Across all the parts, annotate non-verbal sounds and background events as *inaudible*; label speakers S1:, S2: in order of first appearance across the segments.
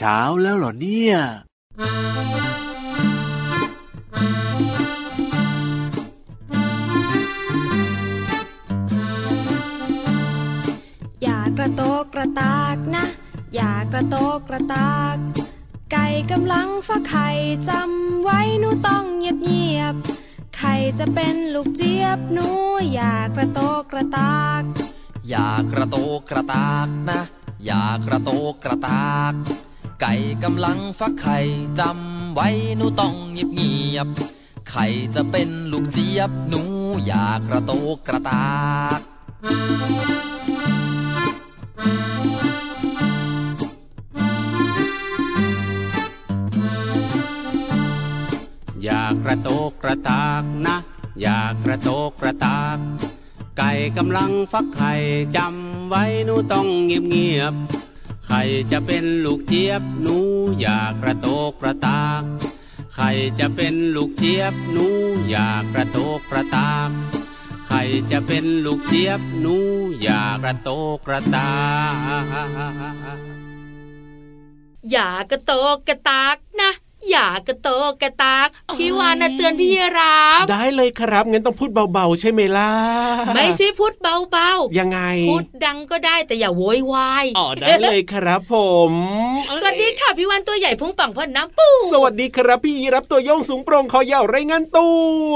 S1: ช้าแล้วเหรอเนี่ย
S2: อย่ากระโตกกระตากนะ อย่ากระโตกกระตาก ไก่กำลังฟักไข่จำไว้หนูต้องเงียบเงียบๆไข่จะเป็นลูกเจี๊ยบหนู อย่ากระโตกกระตาก
S3: อย่ากระโตกกระตากนะ อย่ากระโตกกระตาก ไก่กำลังฟักไข่จำไว้หนูต้องเงียบเงียบๆไข่จะเป็นลูกเจี๊ยบหนู อย่ากระโตกกระตาก
S1: อย่ากระโตกกระตากนะ อย่ากระโตกกระตาก ไก่กำลังฟักไข่จำไว้หนูต้องเงียบเงียบๆไข่จะเป็นลูกเจี๊ยบหนู อย่ากระโตกกระตากไข่จะเป็นลูกเจี๊ยบหนู อย่ากระโตกกระตากไข่จะเป็นลูกเจี๊ยบหนู อย่ากระโตกกระตาก
S4: อย่ากระโตกกระตากนะ อย่ากระโตกกระตาก พี่วานนะเตือนพี่รับ
S5: ได้เลยครับงั้นต้องพูดเบาๆ ใช่ไหมล่ะ
S4: ไม่ใช่พูดเบา
S5: ยังไง
S4: ๆ พูดดังก็ได้แต่อย่าโวยวาย
S5: อ๋อได้เลยครับผม
S4: สวัสดีค่ะพี่วานตัวใหญ่พุงปังพ่นน้ำปู
S5: สวัสดีครับพี่ยีรับตัวโยงสูงโปร่งคอยาวไรเงินตัว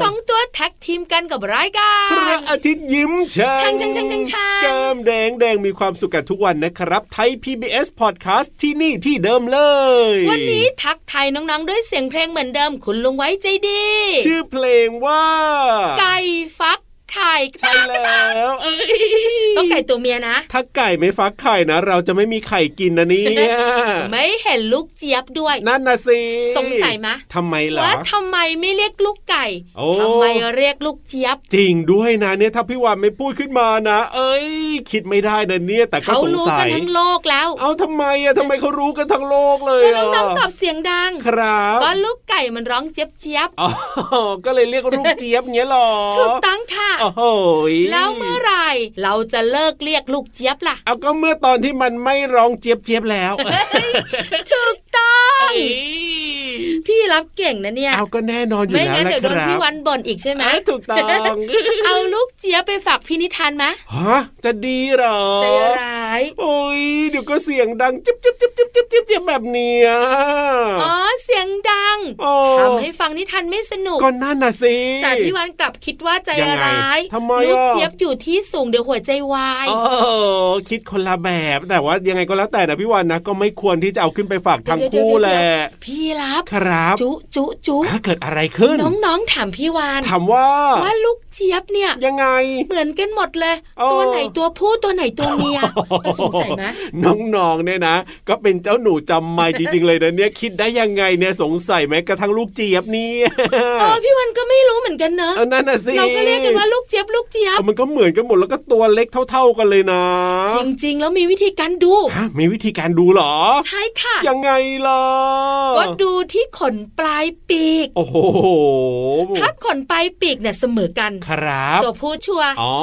S4: สองตัวแท็กทีมกันกับรายกา
S5: พระ
S4: ร
S5: อาทิตย์ยิ้มช่าง
S4: ช่างช่างช่างช่าง
S5: แก้มแดงแดงมีความสุขกันทุกวันนะครับ ไทย PBS Podcast ที่นี่ที่เดิมเลย
S4: วันนี้ทักไทายน้องๆ ด้วยเสียงเพลงเหมือนเดิมคุณลุงไว้ใจดี
S5: ชื่อเพลงว่า
S4: ไก่ฟักไข่
S5: ใช่แล้วเอ้ย
S4: ต้องไก่ตัวเมียนะ
S5: ถ้าไก่ไม่ฟักไข่นะ เราจะไม่มีไข่กินนะเนี่ย
S4: ไม่เห็นลูกเจี๊ยบด้วย
S5: นั่นนะสิ
S4: สงสัยมะ
S5: ทำไมล่ะ
S4: ว่าทำไมไม่เรียกลูกไก่
S5: โอ้
S4: ทำไมเรียกลูกเจี๊ยบ
S5: จริงด้วยนะเนี่ยถ้าพี่วานไม่พูดขึ้นมานะ เอ้ย คิดไม่ได้นะเนี่ย แต่ก็
S4: เขา
S5: สง
S4: รู้
S5: สั
S4: กัน
S5: ย
S4: ทั้งโลกแล้ว
S5: เอาทำไมอะทำไมเขารู้กันทั้งโลกเลย
S4: ก็
S5: อะ
S4: น้องๆตอบเสียงดัง
S5: ครับ
S4: ก็ลูกไก่มันร้องเจี๊ยบเจี๊ยบ
S5: อ๋อก็เลยเรียกรูปเจี๊ยบเงี้ยหรอ
S4: ถูกต้องค่ะ
S5: โอ้โหย
S4: แล้วเมื่อไหร่เราจะเลิกเรียกลูกเจี๊ยบล่ะ
S5: เอาก็เมื่อตอนที่มันไม่ร้องเจี๊ยบเจี๊ยบแล้ว
S4: ถูกต้อง พี่รับเก่งนะเนี่ย
S5: เอาก็แน่นอนอยู่
S4: ไม่
S5: แล้ว
S4: งั้น
S5: นะ
S4: เดี๋ยวโด
S5: คนรั
S4: พี่วั
S5: บ
S4: นบ่นอีกใช่ไหม
S5: อ่ะถูกต้อง
S4: *laughs* เอาลูกเจี๊ยบไปฝากพี่นิทานมะ
S5: ฮะจะดีเหรอ
S4: ใจร้าย
S5: โอ้ยเดี๋ยวก็เสียงดังจิ๊บจิ๊บจิ๊บจิ๊บจิ๊บจิ๊บจิ๊บแบบเนี้ย
S4: อ๋อเสียงดัง
S5: โอ้
S4: ทำให้ฟังนิทานไม่สนุก
S5: ก็นั่นน่ะสิ
S4: แต่พี่วันกลับคิดว่าใจ
S5: ยังไง
S4: ร้าย
S5: ทำไมอ่ะ
S4: ลูกเจี๊ยบอยู่ที่สูงเดี๋ยวหัวใจวาย
S5: โอ้คิดคนละแบบ แต่ว่ายังไงก็แล้วแต่นะพี่วันนะ ก็ไม่ควรที่จะเอาขึ้นไปฝากทั้ง
S4: เดี๋ยวๆๆ
S5: คู่แหละ
S4: พี่รับ
S5: ครับ
S4: จุจุจุ
S5: ถ้าเกิดอะไรขึ้น
S4: น้องๆถามพี่วาน
S5: ถามว่า
S4: ว่าลูกเจี๊ยบเนี่ย
S5: ยังไง
S4: เหมือนกันหมดเลย
S5: อ๋อ
S4: ตัวไหนตัวผู้ตัวไหนตัวเมียสงสัยไหม
S5: น้องๆเนี่ยนะ ก็เป็นเจ้าหนูจำไม่จริง ๆ เลยนะเนี่ยคิดได้ยังไงเนี่ยสงสัยไหมกระทั่งลูกเจี๊ยบเนี่ย
S4: เออพี่วันก็ไม่รู้เหมือนกันเนอะ
S5: เอานั่นน่ะสิ
S4: เราก็เรียกกันว่าลูกเจี๊ยบลูกเจี๊ยบ
S5: เอามันก็เหมือนกันหมดแล้วก็ตัวเล็กเท่า ๆกันเลยนะ
S4: จริงๆ แล้วมีวิธีการดู
S5: ฮะมีวิธีการดูเหรอ
S4: ใช่ค่ะ
S5: ยังไงล่ะ
S4: ก็ดูที่ขนปลายปีก
S5: โอ้โห
S4: ถ้าขนปลายปีกเนี่ยเสมอกัน
S5: ครับ
S4: ตัวผู้ชัวร์
S5: อ๋อ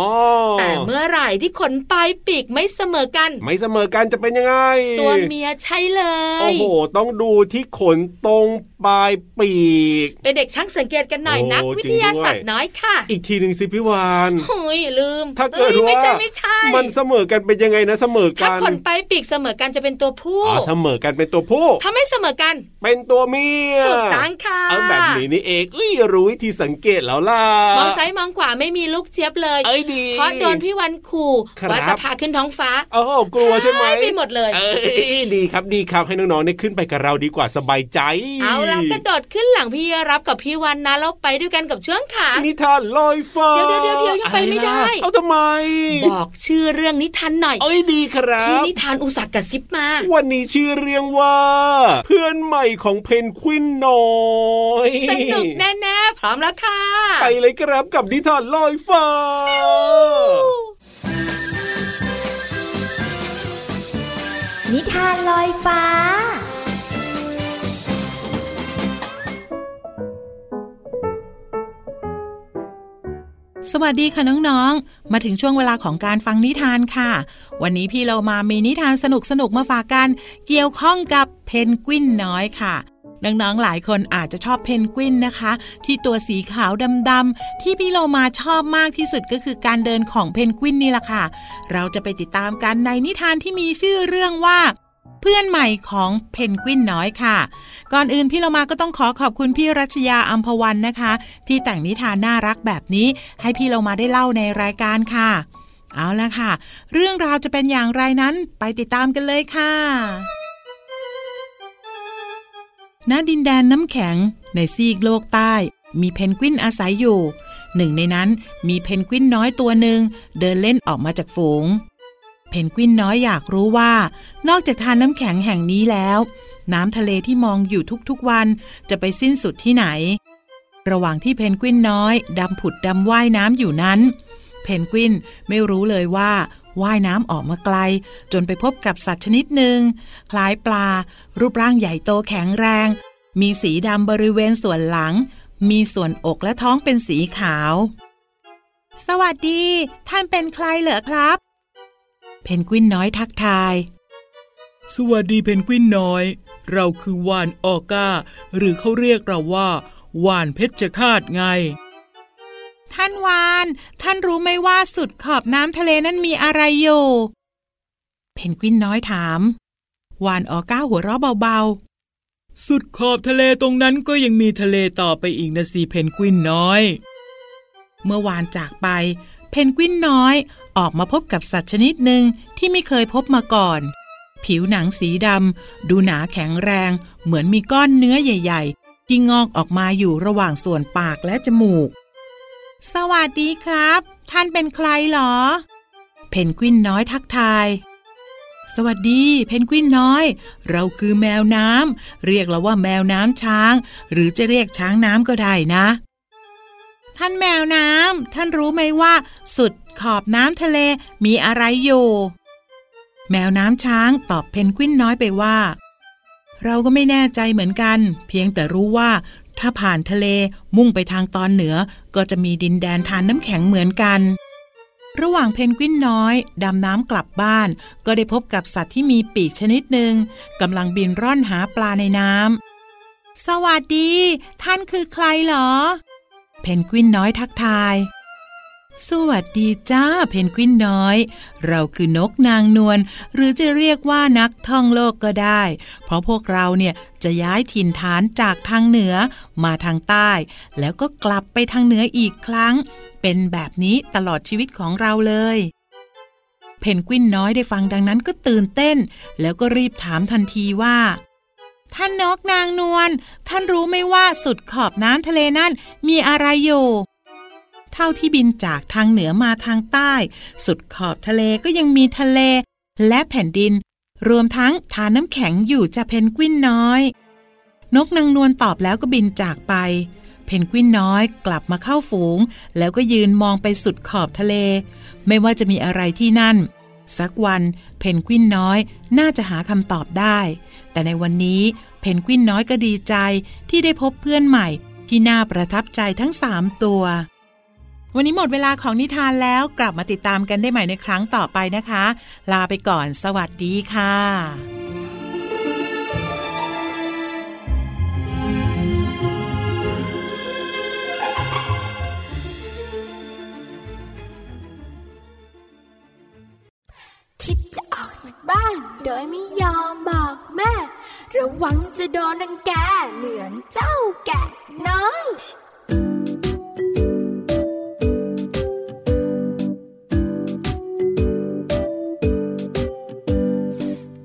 S4: แต่เมื่อไหร่ที่ขนปลายปีกไม่เสมอกัน
S5: ไม่เสมอกันจะเป็นยังไง
S4: ตัวเมียใช่เล
S5: โอ้
S4: ย
S5: โห ต้องดูที่ขนตรงปลายปีก
S4: เป็นเด็กช่างสังเกตกันหน่อย
S5: โอ้
S4: นักวิทยาศาสต
S5: จริ
S4: ร์
S5: งด้วย
S4: น้อยค่ะ
S5: อีกทีหนึ่งสิพี่วาน
S4: หุยลืม
S5: ถ้าเกิด
S4: อ้ย
S5: ว่า
S4: ไม่ใช่ไม่ใช่
S5: มันเสมอกันเป็นยังไงนะเสมอ
S4: ถ้า
S5: กัน
S4: ขนปลายปีกเสมอกันจะเป็นตัวผู้
S5: อ๋อเสมอกันเป็นตัวผู้
S4: ถ้าไม่เสมอกัน
S5: เป็นตัวเมีย
S4: ถูกต้องค่ะ
S5: เอาแบบนี้นี่เองเอ้ยรู้วิธีสังเกตแล้วล่ะ
S4: มองซ้ายมองขวาไม่มีลูกเจี๊ยบเลย
S5: เอ้ยดี
S4: เพราะโดนพี่วันขู่
S5: ครับ
S4: ว่าจะพาขึ้นท้องฟ้า
S5: โอ้โหกลัวใช่ไหม
S4: หายไปหมดเลย
S5: เอ้ยดีครับดีครับให้น้องๆเนี่ยขึ้นไปกับเราดีกว่าสบายใจ
S4: เอาล่ะกระโดดขึ้นหลังพี่รับกับพี่วันนะแล้วไปด้วยกันกับเชื่องขา
S5: นิทานลอยฟ้า
S4: เดี๋ยวเดี๋ยวเดี๋ยวยังไปไม่ได้
S5: อะรล่ะเอาทำไม
S4: บอกชื่อเรื่องนิทานหน่อย
S5: เอ้ยดีครั
S4: พี่
S5: บ
S4: นิทานอุตสักกระซิบมา
S5: วันนี้ชื่อเรื่องว่า เพื่อนใหม่ของเพนควินน้อย
S4: สนุกแน่ๆพร้อมแล้วค่ะ
S5: ไปเลยครับกับนิทานลอยฟ้า
S6: นิทานลอยฟ้า
S4: พ
S7: สวัสดีค่ะน้องๆ มาถึงช่วงเวลาของการฟังนิทานค่ะ วันนี้พี่เรามามีนิทานสนุกๆ มาฝากกัน เกี่ยวข้องกับเพนกวินน้อยค่ะ น้องๆ หลายคนอาจจะชอบเพนกวินนะคะ ที่ตัวสีขาวดำๆ ที่พี่เรามาชอบมากที่สุดก็คือการเดินของเพนกวินนี่แหละค่ะ เราจะไปติดตามกันในนิทานที่มีชื่อเรื่องว่า เพื่อนใหม่ของเพนกวินน้อยค่ะ ก่อนอื่นพี่เรามาก็ต้องขอขอบคุณพี่รัชยาอัมพวันนะคะ ที่แต่งนิทานน่ารักแบบนี้ให้พี่เรามาได้เล่าในรายการค่ะ เอาละค่ะ เรื่องราวจะเป็นอย่างไรนั้นไปติดตามกันเลยค่ะ ณดินแดนน้ำแข็งในซีกโลกใต้ มีเพนกวินอาศัยอยู่ หนึ่งในนั้นมีเพนกวินน้อยตัวหนึ่งเดินเล่นออกมาจากฝูง เพนกวินน้อยอยากรู้ว่า นอกจากทานน้ำแข็งแห่งนี้แล้ว น้ำทะเลที่มองอยู่ทุกๆวันจะไปสิ้นสุดที่ไหน ระหว่างที่เพนกวินน้อยดำผุดดำว่ายน้ำอยู่นั้น เพนกวินไม่รู้เลยว่าว่ายน้ำออกมาไกล จนไปพบกับสัตว์ชนิดหนึ่งคล้ายปลา รูปร่างใหญ่โตแข็งแรง มีสีดำบริเวณส่วนหลัง มีส่วนอกและท้องเป็นสีขาว สวัสดี ท่านเป็นใครเหรอครับ เพนกวินน้อยทักทาย
S8: สวัสดีเพนกวินน้อย เราคือว่านออก้า หรือเขาเรียกเราว่าว่านเพชฌฆาตไง
S7: ท่านวาน ท่านรู้ไหมว่าสุดขอบน้ำทะเลนั้นมีอะไรอยู่ เพนกวินน้อยถาม วานออก้าหัวเราะเบา
S8: สุดขอบทะเลตรงนั้นก็ยังมีทะเลต่อไปอีกนะสิเพนกวินน้อย
S7: ๆ เมื่อวานจากไป เพนกวินน้อยออกมาพบกับสัตว์ชนิดหนึ่งที่ไม่เคยพบมาก่อน ผิวหนังสีดำดูหนาแข็งแรง เหมือนมีก้อนเนื้อใหญ่ๆที่งอกออกมาอยู่ระหว่างส่วนปากและจมูก สวัสดีครับ ท่านเป็นใครหรอ เพนกวินน้อยทักทาย สวัสดี เพนกวินน้อย เราคือแมวน้ำเรียกเราว่าแมวน้ำช้าง หรือจะเรียกช้างน้ำก็ได้นะ ท่านแมวน้ำท่านรู้ไหมว่า สุดขอบน้ำทะเลมีอะไรอยู่ แมวน้ำช้างตอบเพนกวินน้อยไปว่า เราก็ไม่แน่ใจเหมือนกัน เพียงแต่รู้ว่า ถ้าผ่านทะเลมุ่งไปทางตอนเหนือ ก็จะมีดินแดนทานน้ำแข็งเหมือนกัน ระหว่างเพนกวินน้อย ดำน้ำกลับบ้าน ก็ได้พบกับสัตว์ที่มีปีกชนิดหนึ่งกำลังบินร่อนหาปลาในน้ำสวัสดี ท่านคือใครเหรอ เพนกวินน้อยทักทาย สวัสดีจ้าเพนกวินน้อย เราคือนกนางนวลหรือจะเรียกว่านักท่องโลกก็ได้ เพราะพวกเราเนี่ยจะย้ายถิ่นฐานจากทางเหนือมาทางใต้ แล้วก็กลับไปทางเหนืออีกครั้ง เป็นแบบนี้ตลอดชีวิตของเราเลย เพนกวินน้อยได้ฟังดังนั้นก็ตื่นเต้น แล้วก็รีบถามทันทีว่า ท่านนกนางนวล ท่านรู้ไหมว่าสุดขอบน้ำทะเลนั่นมีอะไรอยู่ เท่าที่บินจากทางเหนือมาทางใต้ สุดขอบทะเลก็ยังมีทะเล และแผ่นดิน รวมทั้งทานน้ำแข็งอยู่จะเพนกวินน้อย นกนางนวลตอบแล้วก็บินจากไป เพนกวินน้อยกลับมาเข้าฝูง แล้วก็ยืนมองไปสุดขอบทะเล ไม่ว่าจะมีอะไรที่นั่น สักวันเพนกวินน้อยน่าจะหาคำตอบได้ แต่ในวันนี้เพนกวินน้อยก็ดีใจที่ได้พบเพื่อนใหม่ ที่น่าประทับใจทั้ง 3 ตัว วันนี้หมดเวลาของนิทานแล้วกลับมาติดตามกันได้ใหม่ในครั้งต่อไปนะคะ ลาไปก่อนสวัสดีค่ะ
S9: คิดจะออกจากบ้าน โดยไม่ยอมบอกแม่ ระวังจะโดนรังแกเหมือนเจ้าแกะน้อย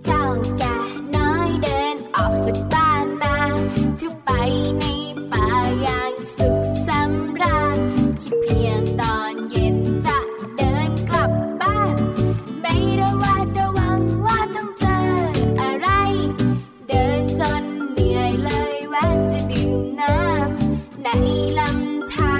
S9: เจ้าแกะน้อยเดินออกจากบ้านมาเที่ยวไปในป่าอย่างสุขสำราญคิดเพียงตอนเย็นจะเดินกลับบ้าน ไม่ระวัดระวังว่าต้องเจออะไร เดินจนเหนื่อยเลยแวะจะดื่มน้ำใน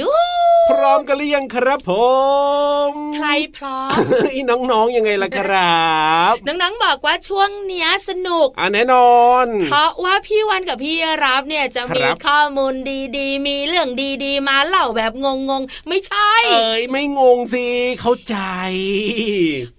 S4: ยู
S5: พร้อมกันหรือยังครับผม
S4: ใครพร้อม
S5: อีน้องๆยังไงล่ะครับ
S4: นังๆบอกว่าช่วงเนี้ยสนุก
S5: อ่าแน่นอน
S4: เพราะว่าพี่วันกับพี่รับเนี่ยจะมี
S5: ครับ
S4: ข้อมูลดีๆ มีเรื่องดีๆ มาเล่าแบบงงๆ ไม่ใช่
S5: เอ้ยไม่งงสิเข้าใจ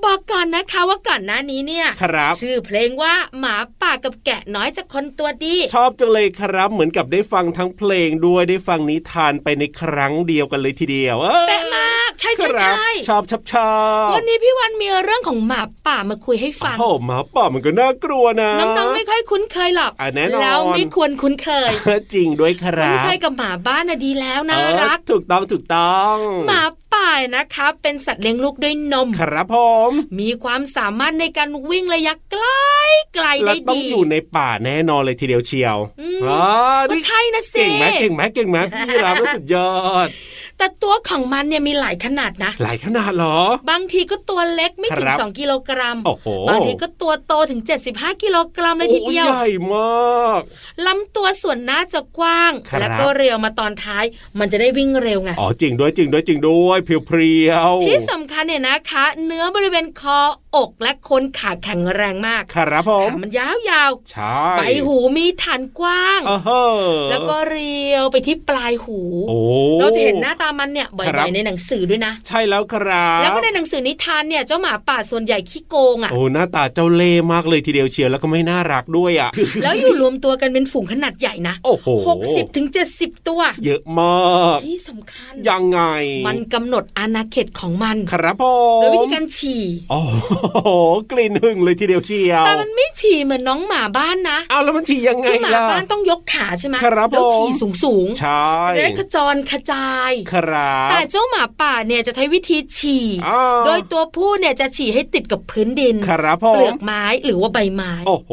S4: บอกก่อนนะคะว่าก่อนหน้านี้เนี่ย
S5: ครับ
S4: ชื่อเพลงว่าหมาป่ากับแกะน้อยจากคนตัวดี
S5: ชอบจังเลยครับเหมือนกับได้ฟังทั้งเพลงด้วยได้ฟังนิทานไปในครั้งเดียวกันเลยทีเดียวเออ
S4: เป๊ะมาก ใช่
S5: ค
S4: ใช่
S5: รับ
S4: ใช่
S5: ชอบชอบชอบ
S4: วันนี้พี่วันมีเรื่องของหมาป่ามาคุยให้ฟัง
S5: โอ้หมาป่ามันก็น่ากลัวนะ
S4: น้องๆไม่ค่อยคุ้นเคยหรอก
S5: อ่ะแน่นอน
S4: แล้วไม่ควรคุ้นเคย
S5: จริงด้วยค
S4: คุ้น
S5: รับ
S4: เคยกับหมาบ้านน่ะดีแล้วน่า
S5: เออ
S4: รัก
S5: ถูกต้องถูกต้อง
S4: หมาป่านะคะ เป็นสัตว์เลี้ยงลูกด้วยนม
S5: ครับผม
S4: มีความสามารถในการวิ่งระยะไกลไกล
S5: แล้
S4: ได้
S5: วต้อง
S4: ดี
S5: อยู่ในป่าแน่นอนเลยทีเดียวเชียว
S4: อืม
S5: อ๋อ
S4: ก็
S5: นี่
S4: ใช่นะสิ
S5: เก่งไหมเก่งไหมเก่งไหมพี่รับรู้สึกยอด
S4: แต่ตัวของมันเนี่ยมีหลายขนาดนะ
S5: หลายขนาดเหรอ
S4: บางทีก็ตัวเล็กไม่ถึง
S5: ครับ
S4: 2 กิโลกรัม
S5: โอ้โห
S4: บางทีก็ตัวโตถึง 75 กิโลกรัมเลยทีเดียว
S5: โอ้ใหญ่มาก
S4: ลำตัวส่วนหน้าจะกว้าง
S5: ครับ
S4: แล้วก็เรียวมาตอนท้าย มันจะได้วิ่งเร็วไง
S5: อ๋อจริงด้วยจริงด้วยจริงด้วยเพียวเพียวๆ
S4: ที่สำคัญเนี่ยนะคะ เนื้อบริเวณคอ อกและโคนขาแข็งแรงมาก
S5: ครับผม
S4: ขามันยาว
S5: ใช่
S4: ๆใบหูมีฐานกว้าง
S5: อ้าวเหรอ
S4: แล้วก็เรียวไปที่ปลายหู
S5: โอ้
S4: เราจะเห็นหน้าตามันเนี่ยบ่
S5: ครั
S4: อบ ยๆในหนังสือด้วยนะ
S5: ใช่แล้วครับ
S4: แล้วก็ในหนังสือนิทานเนี่ยเจ้าหมาป่าส่วนใหญ่ขี้โกงอ่ะ
S5: โอ้หน้าตาเจ้าเล่ห์มากเลยทีเดียวเชียวแล้วก็ไม่น่ารักด้วยอ่ะ
S4: แล้วอยู่รวมตัวกันเป็นฝูงขนาดใหญ่นะ
S5: โอ้โห
S4: หกสิบถึงเจ็ดสิบตัว
S5: เยอะมาก
S4: ที่สำคัญ
S5: ยังไง
S4: มันกำหนดอาณาเขตของมัน
S5: ครับผ
S4: โด
S5: ม
S4: ยวิธีการฉี่
S5: โอ้โหกลิ่นหึงเลยทีเดียวเชียว
S4: แต่มันไม่ฉี่เหมือนน้องหมาบ้านนะ
S5: เอาแล้วมันฉี่ยังไง
S4: คือหมา
S5: ล่ะ
S4: บ้านต้องยกขาใช่ไหม
S5: ครับ
S4: แล้ว
S5: ผม
S4: ฉี่สูงสูงๆ
S5: ใช่
S4: จะได้ขจรขจาย
S5: ครับ
S4: แต่เจ้าหมาป่าเนี่ยจะใช้วิธีฉี่
S5: อ้าว
S4: โดยตัวผู้เนี่ยจะฉี่ให้ติดกับพื้นดิน
S5: ครับผ
S4: เปลือ
S5: ม
S4: กไม้หรือว่าใบไม้
S5: โอ้โห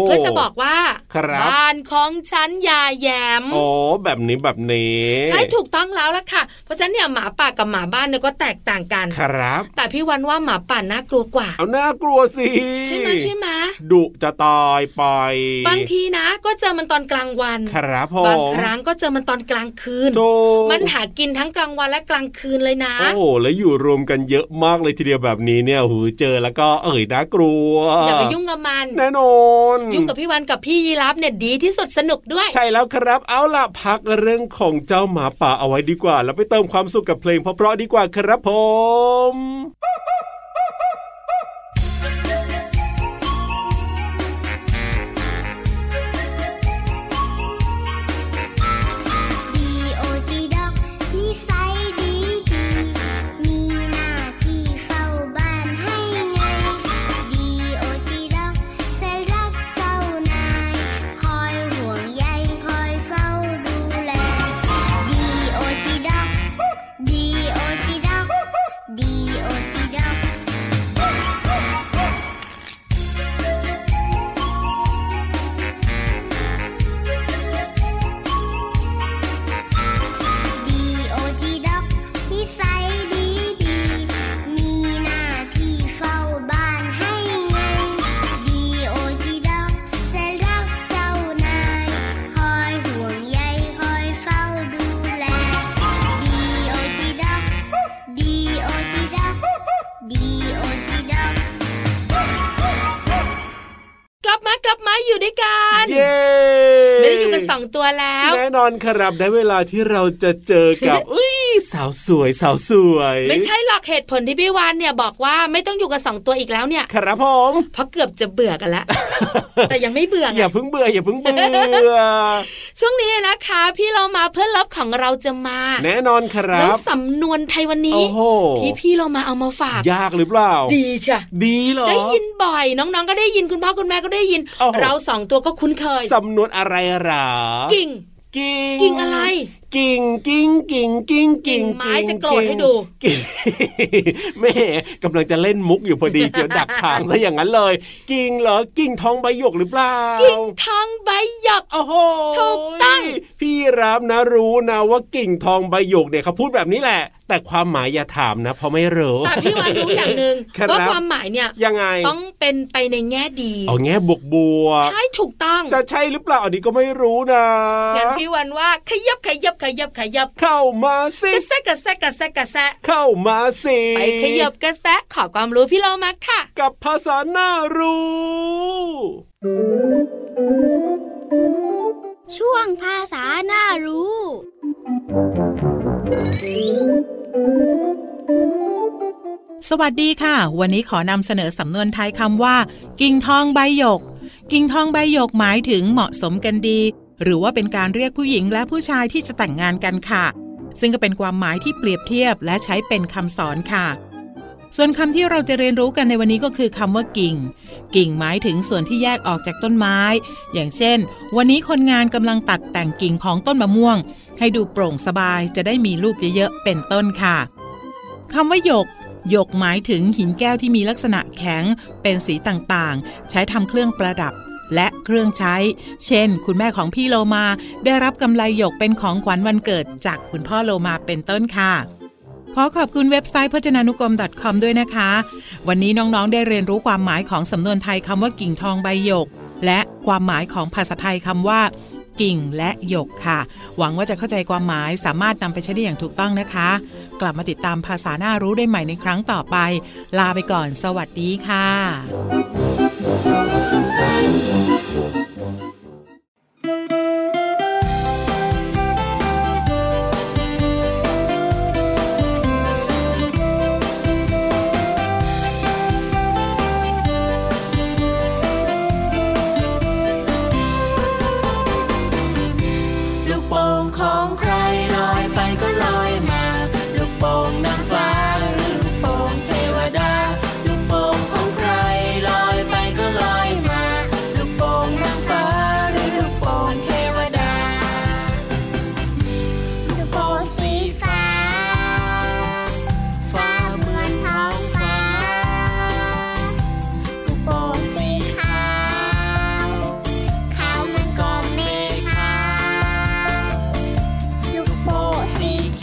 S4: เพื่อจะบอกว่า
S5: ครับ
S4: นของฉันอยาแยม
S5: โอ้แบบนี้แบบนี้
S4: ใช่ถูกต้องแล้วล่ะค่ะ เพราะฉะนั้นเนี่ยหมาป่ากับหมาบ้านเนี่ยก็แตกต่างกัน
S5: ครับ
S4: แต่พี่วันว่าหมาป่าน่ากลัวกว่า
S5: เอาน่ากลัวสิ
S4: ใช่ไหมใช่ไหม
S5: ดุจะตายไป
S4: บางทีนะก็เจอมันตอนกลางวัน
S5: ครับผ
S4: บาง
S5: ม
S4: ครั้งก็เจอมันตอนกลางคืน
S5: โจ
S4: มันหากินทั้งกลางวันและกลางคืนเลยนะ
S5: โอ้โหแล้วอยู่รวมกันเยอะมากเลยทีเดียวแบบนี้เนี่ยหูเจอแล้วก็เอ่ยน่ากลัว
S4: อย่าไปยุ่งกับมัน
S5: แน่นอน
S4: ยุ่งกับพี่วันกับพี่ยีรับเนี่ยดีที่สุดสนุกด้วย
S5: ใช่แล้วครับ เอาล่ะพักเรื่องของเจ้าหมาป่าเอาไว้ดีกว่า แล้วไปเติมความสุขกับเพลงเพราะๆดีกว่าครับผม
S9: ดีโอดีด็อกนิสัยดีดีมีหน้าที่เฝ้าบ้านให้ไงดีโอดีด็อกจะรักเจ้านายคอยห่วงใยคอยเฝ้าดูแลดีโอดีด็อกดีโอดีด็อกดีโอดีด็อก ดีโอดีด็อกนิสัยดีดีมีหน้าที่เฝ้าบ้านให้ไงดีโอดีด็อกจะรักเจ้านายคอยห่วงใยคอยเฝ้าดูแลดีโอดีด็อกดีโอดีด็อกดีโอดีด็อก
S4: กลับมากลับมาอยู่ด้วยกัน
S5: เย้
S4: ไม่ได้อยู่กันสองตัวแล้ว
S5: แน่นอนครับได้เวลาที่เราจะเจอ
S4: *laughs*
S5: กับ อุ้ยสาวสวยสาวสวย
S4: ไม่ใช่หรอกเหตุผลที่พี่วานเนี่ยบอกว่าไม่ต้องอยู่กับสองตัวอีกแล้วเนี่ย
S5: ครับผม
S4: เพราะเกือบจะเบื่อกัน
S5: *laughs*
S4: แล้ว แต่ยังไม่เบื่อไง
S5: อย่าเพิ่งเบื่ออย่าเพิ่งเบื่
S4: *laughs*
S5: อ
S4: ช่วงนี้นะคะ พี่เรามาเพื่อนรับของเราจะมา
S5: แน่นอนครั
S4: แล้ว
S5: บ
S4: สำนวนไทยวันนี้
S5: โอ้โห
S4: ที่พี่เรามาเอามาฝาก
S5: ยากหรือเปล่า
S4: ดีจ้ะ
S5: ดีเหรอ
S4: ได้ยินบ่อยน้องๆก็ได้ยินคุณพ่อคุณแม่ก็ได้ยิน
S5: โอ้โห
S4: เราสองตัวก็คุ้นเคย
S5: สำนวนอะไรหรา
S4: กิ่ง
S5: กิ่ง
S4: กิ่งอะไร
S5: กิ่งกิ่งกิ่งกิ่งกิ่ง
S4: กิ่งไม้จะโกรธให้ดู
S5: กิ่ง แม่กำลัง *laughs* จะเล่นมุกอยู่พอดีเจียวดักทางซะอย่างนั้นเลย *laughs* กิ่งเหรอกิ่งทองใบหยกหรือเปล่า
S4: กิ่งทองใบหยก
S5: โอ้โห
S4: ถูกต้อง
S5: พี่ รับนะรู้นะว่ากิ่งทองใบหยกเนี่ยเขาพูดแบบนี้แหละ แต่ความหมายอย่าถามนะเพราะไม่รู้
S4: แต่พี่วานรู้อย่างหนึ่ง
S5: ครับ
S4: ว่าความหมายเนี่ย
S5: ยังไง
S4: ต้องเป็นไปในแง่ดี
S5: เอาแง่บวกบวก
S4: ใช่ถูกต้อง
S5: ๆจะใช่หรือเปล่าอันนี้ก็ไม่รู้นะ
S4: งั้นพี่วันว่าขยับขยับขยับขยับ
S5: เข้ามาสิ
S4: กระแซะกระแซะกระแซะกระแซะ
S5: เข้ามาสิ
S4: ไปขยับกระแซะขอความรู้พี่เรามาค่ะ
S5: กับภาษาหน้ารู้ *laughs*
S9: ช่วงภาษาน่ารู้
S7: สวัสดีค่ะ วันนี้ขอนำเสนอสำนวนไทยคำว่า กิ่งทองใบหยก กิ่งทองใบหยกหมายถึงเหมาะสมกันดี หรือว่าเป็นการเรียกผู้หญิงและผู้ชายที่จะแต่งงานกันค่ะ ซึ่งก็เป็นความหมายที่เปรียบเทียบและใช้เป็นคำสอนค่ะ ส่วนคำที่เราจะเรียนรู้กันในวันนี้ก็คือคำว่ากิ่ง กิ่งหมายถึงส่วนที่แยกออกจากต้นไม้ อย่างเช่น วันนี้คนงานกำลังตัดแต่งกิ่งของต้นมะม่วง ให้ดูโปร่งสบายจะได้มีลูกเยอะๆเป็นต้นค่ะ คำว่าหยก หยกหมายถึงหินแก้วที่มีลักษณะแข็ง เป็นสีต่างๆ ใช้ทำเครื่องประดับ และเครื่องใช้ เช่น คุณแม่ของพี่โลมา ได้รับกำไลหยกเป็นของขวัญวันเกิดจากคุณพ่อโลมาเป็นต้นค่ะ ขอขอบคุณเว็บไซต์พจนานุกรม .com ด้วยนะคะ วันนี้น้องๆ ได้เรียนรู้ความหมายของสำนวนไทยคำว่ากิ่งทองใบหยก และความหมายของภาษาไทยคำว่า กิ่งและหยกค่ะ หวังว่าจะเข้าใจความหมายสามารถนำไปใช้ได้อย่างถูกต้องนะคะ กลับมาติดตามภาษาหน้ารู้ได้ใหม่ในครั้งต่อไป ลาไปก่อน สวัสดีค่ะ
S10: ลูกโป่งของใครลอยไปก็ลอยมา ลูกโป่งนางฟ้าหรือลูกโป่งเทวดา ลูกโป่งของใครลอยไปก็ลอยมา ลูกโป่งนางฟ้าหรือลูกโป่งเทวดา ลูกโป่งสีฟ้า ฟ้าเหมือนท้องฟ้า ลูกโป่งสีขาว ขาวเหมันก็เมฆขาว ลูกโ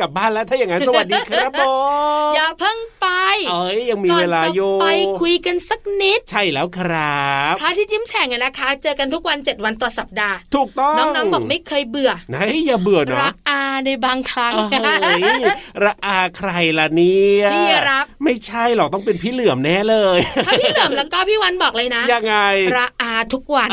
S5: กลับบ้านแล้วถ้าอย่างนั้นสวัสดีครับผม
S4: อย่าเพิ่งไป
S5: เอ้ยยังมีเวลาอยู่
S4: ไปคุยกันสักนิด
S5: ใช่แล้วครับ
S4: พระที่ยิ้มแฉ่งอะนะคะ เจอกันทุกวัน 7 วันต่อสัปดาห์
S5: ถูกต้อง
S4: น้องๆบอกไม่เคยเบื่อ
S5: ไหนอย่าเบื่อนะ
S4: ระอาในบางครั้ง
S5: ระอาใครล่ะเนี่ย
S4: พี่รับ
S5: ไม่ใช่หรอกต้องเป็นพี่เหลื่อมแน่เลย
S4: ถ้าพี่เหลื่อมแล้วก็พี่วันบอกเลยนะ
S5: ยังไง
S4: ระอาทุกวัน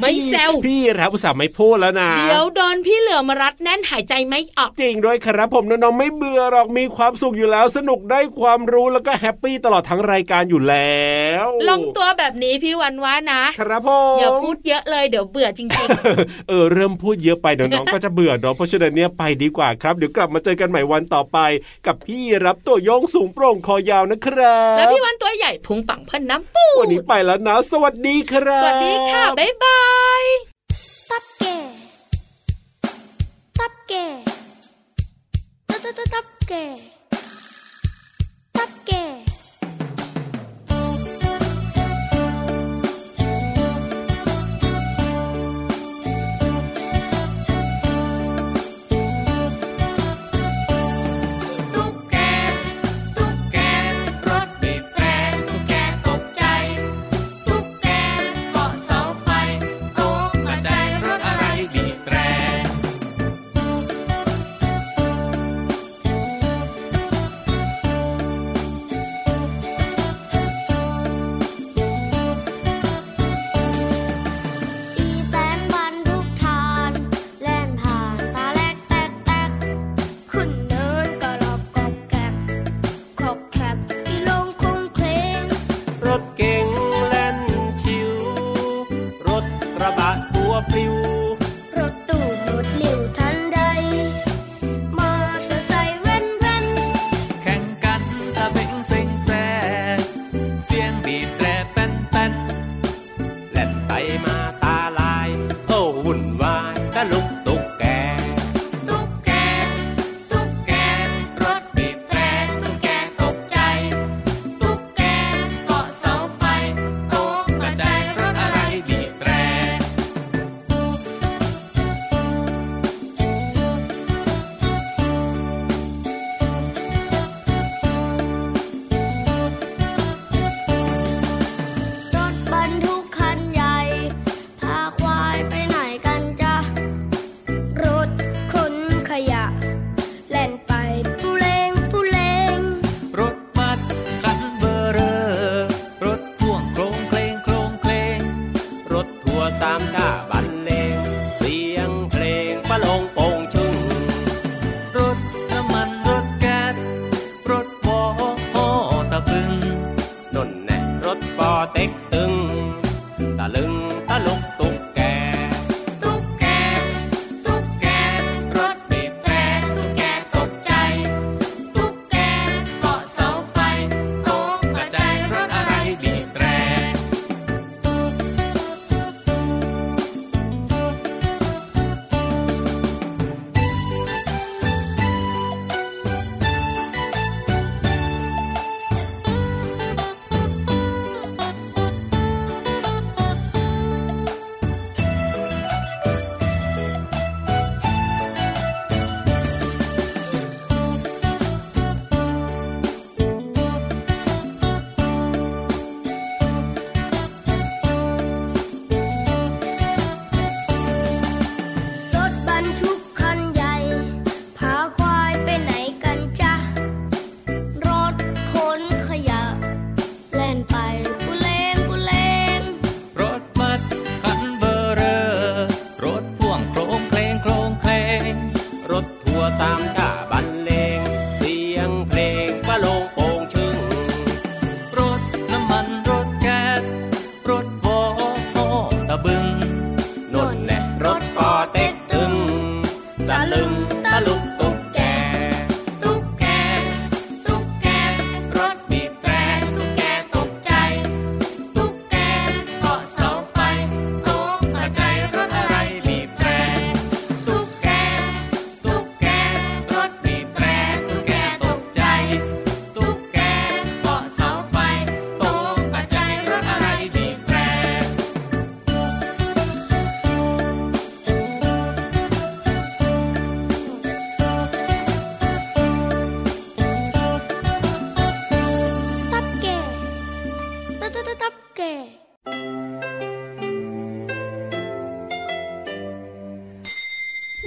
S4: ไม่แซว
S5: พี่รับสาไม่พูดแล้วนะ
S4: เดี๋ยวโดนพี่เหลื่อมรัดแน่นหายใจไม่ออก
S5: จริงด้วยครับผมน้องๆไม่เบื่อหรอกมีความสุขอยู่แล้ว สนุกได้ความรู้แล้วก็แฮปปี้ตลอดทั้งรายการอยู่แล้ว
S4: ลงตัวแบบนี้พี่วันว่านะ
S5: ครับผม
S4: อย่าพูดเยอะเลยเดี๋ยวเบื่อจริง
S5: ๆ เออเริ่มพูดเยอะไป
S4: *laughs*
S5: เดี๋ยวน้องก็จะเบื่อเนาะเพราะฉะนั้นเนี่ยไปดีกว่าครับ เดี๋ยวกลับมาเจอกันใหม่วันต่อไป กับพี่รับตัวโยงสูงโปร่งคอยาวนะครับ แล้ว
S4: พี่วันตัวใหญ่พุงปังพันน้ำปู
S5: วันนี้ไปแล้วนะ สวัสดีครับ
S4: สวัสดีค่ะ บ๊ายบาย
S11: ตับเกตับเกตับตับตับเกตับเก ต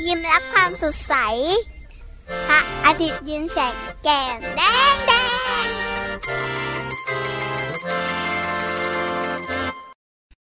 S12: ยิ้มรับความสดใส พระอาทิตย์ยิ้มแฉกแก้มแดงแดง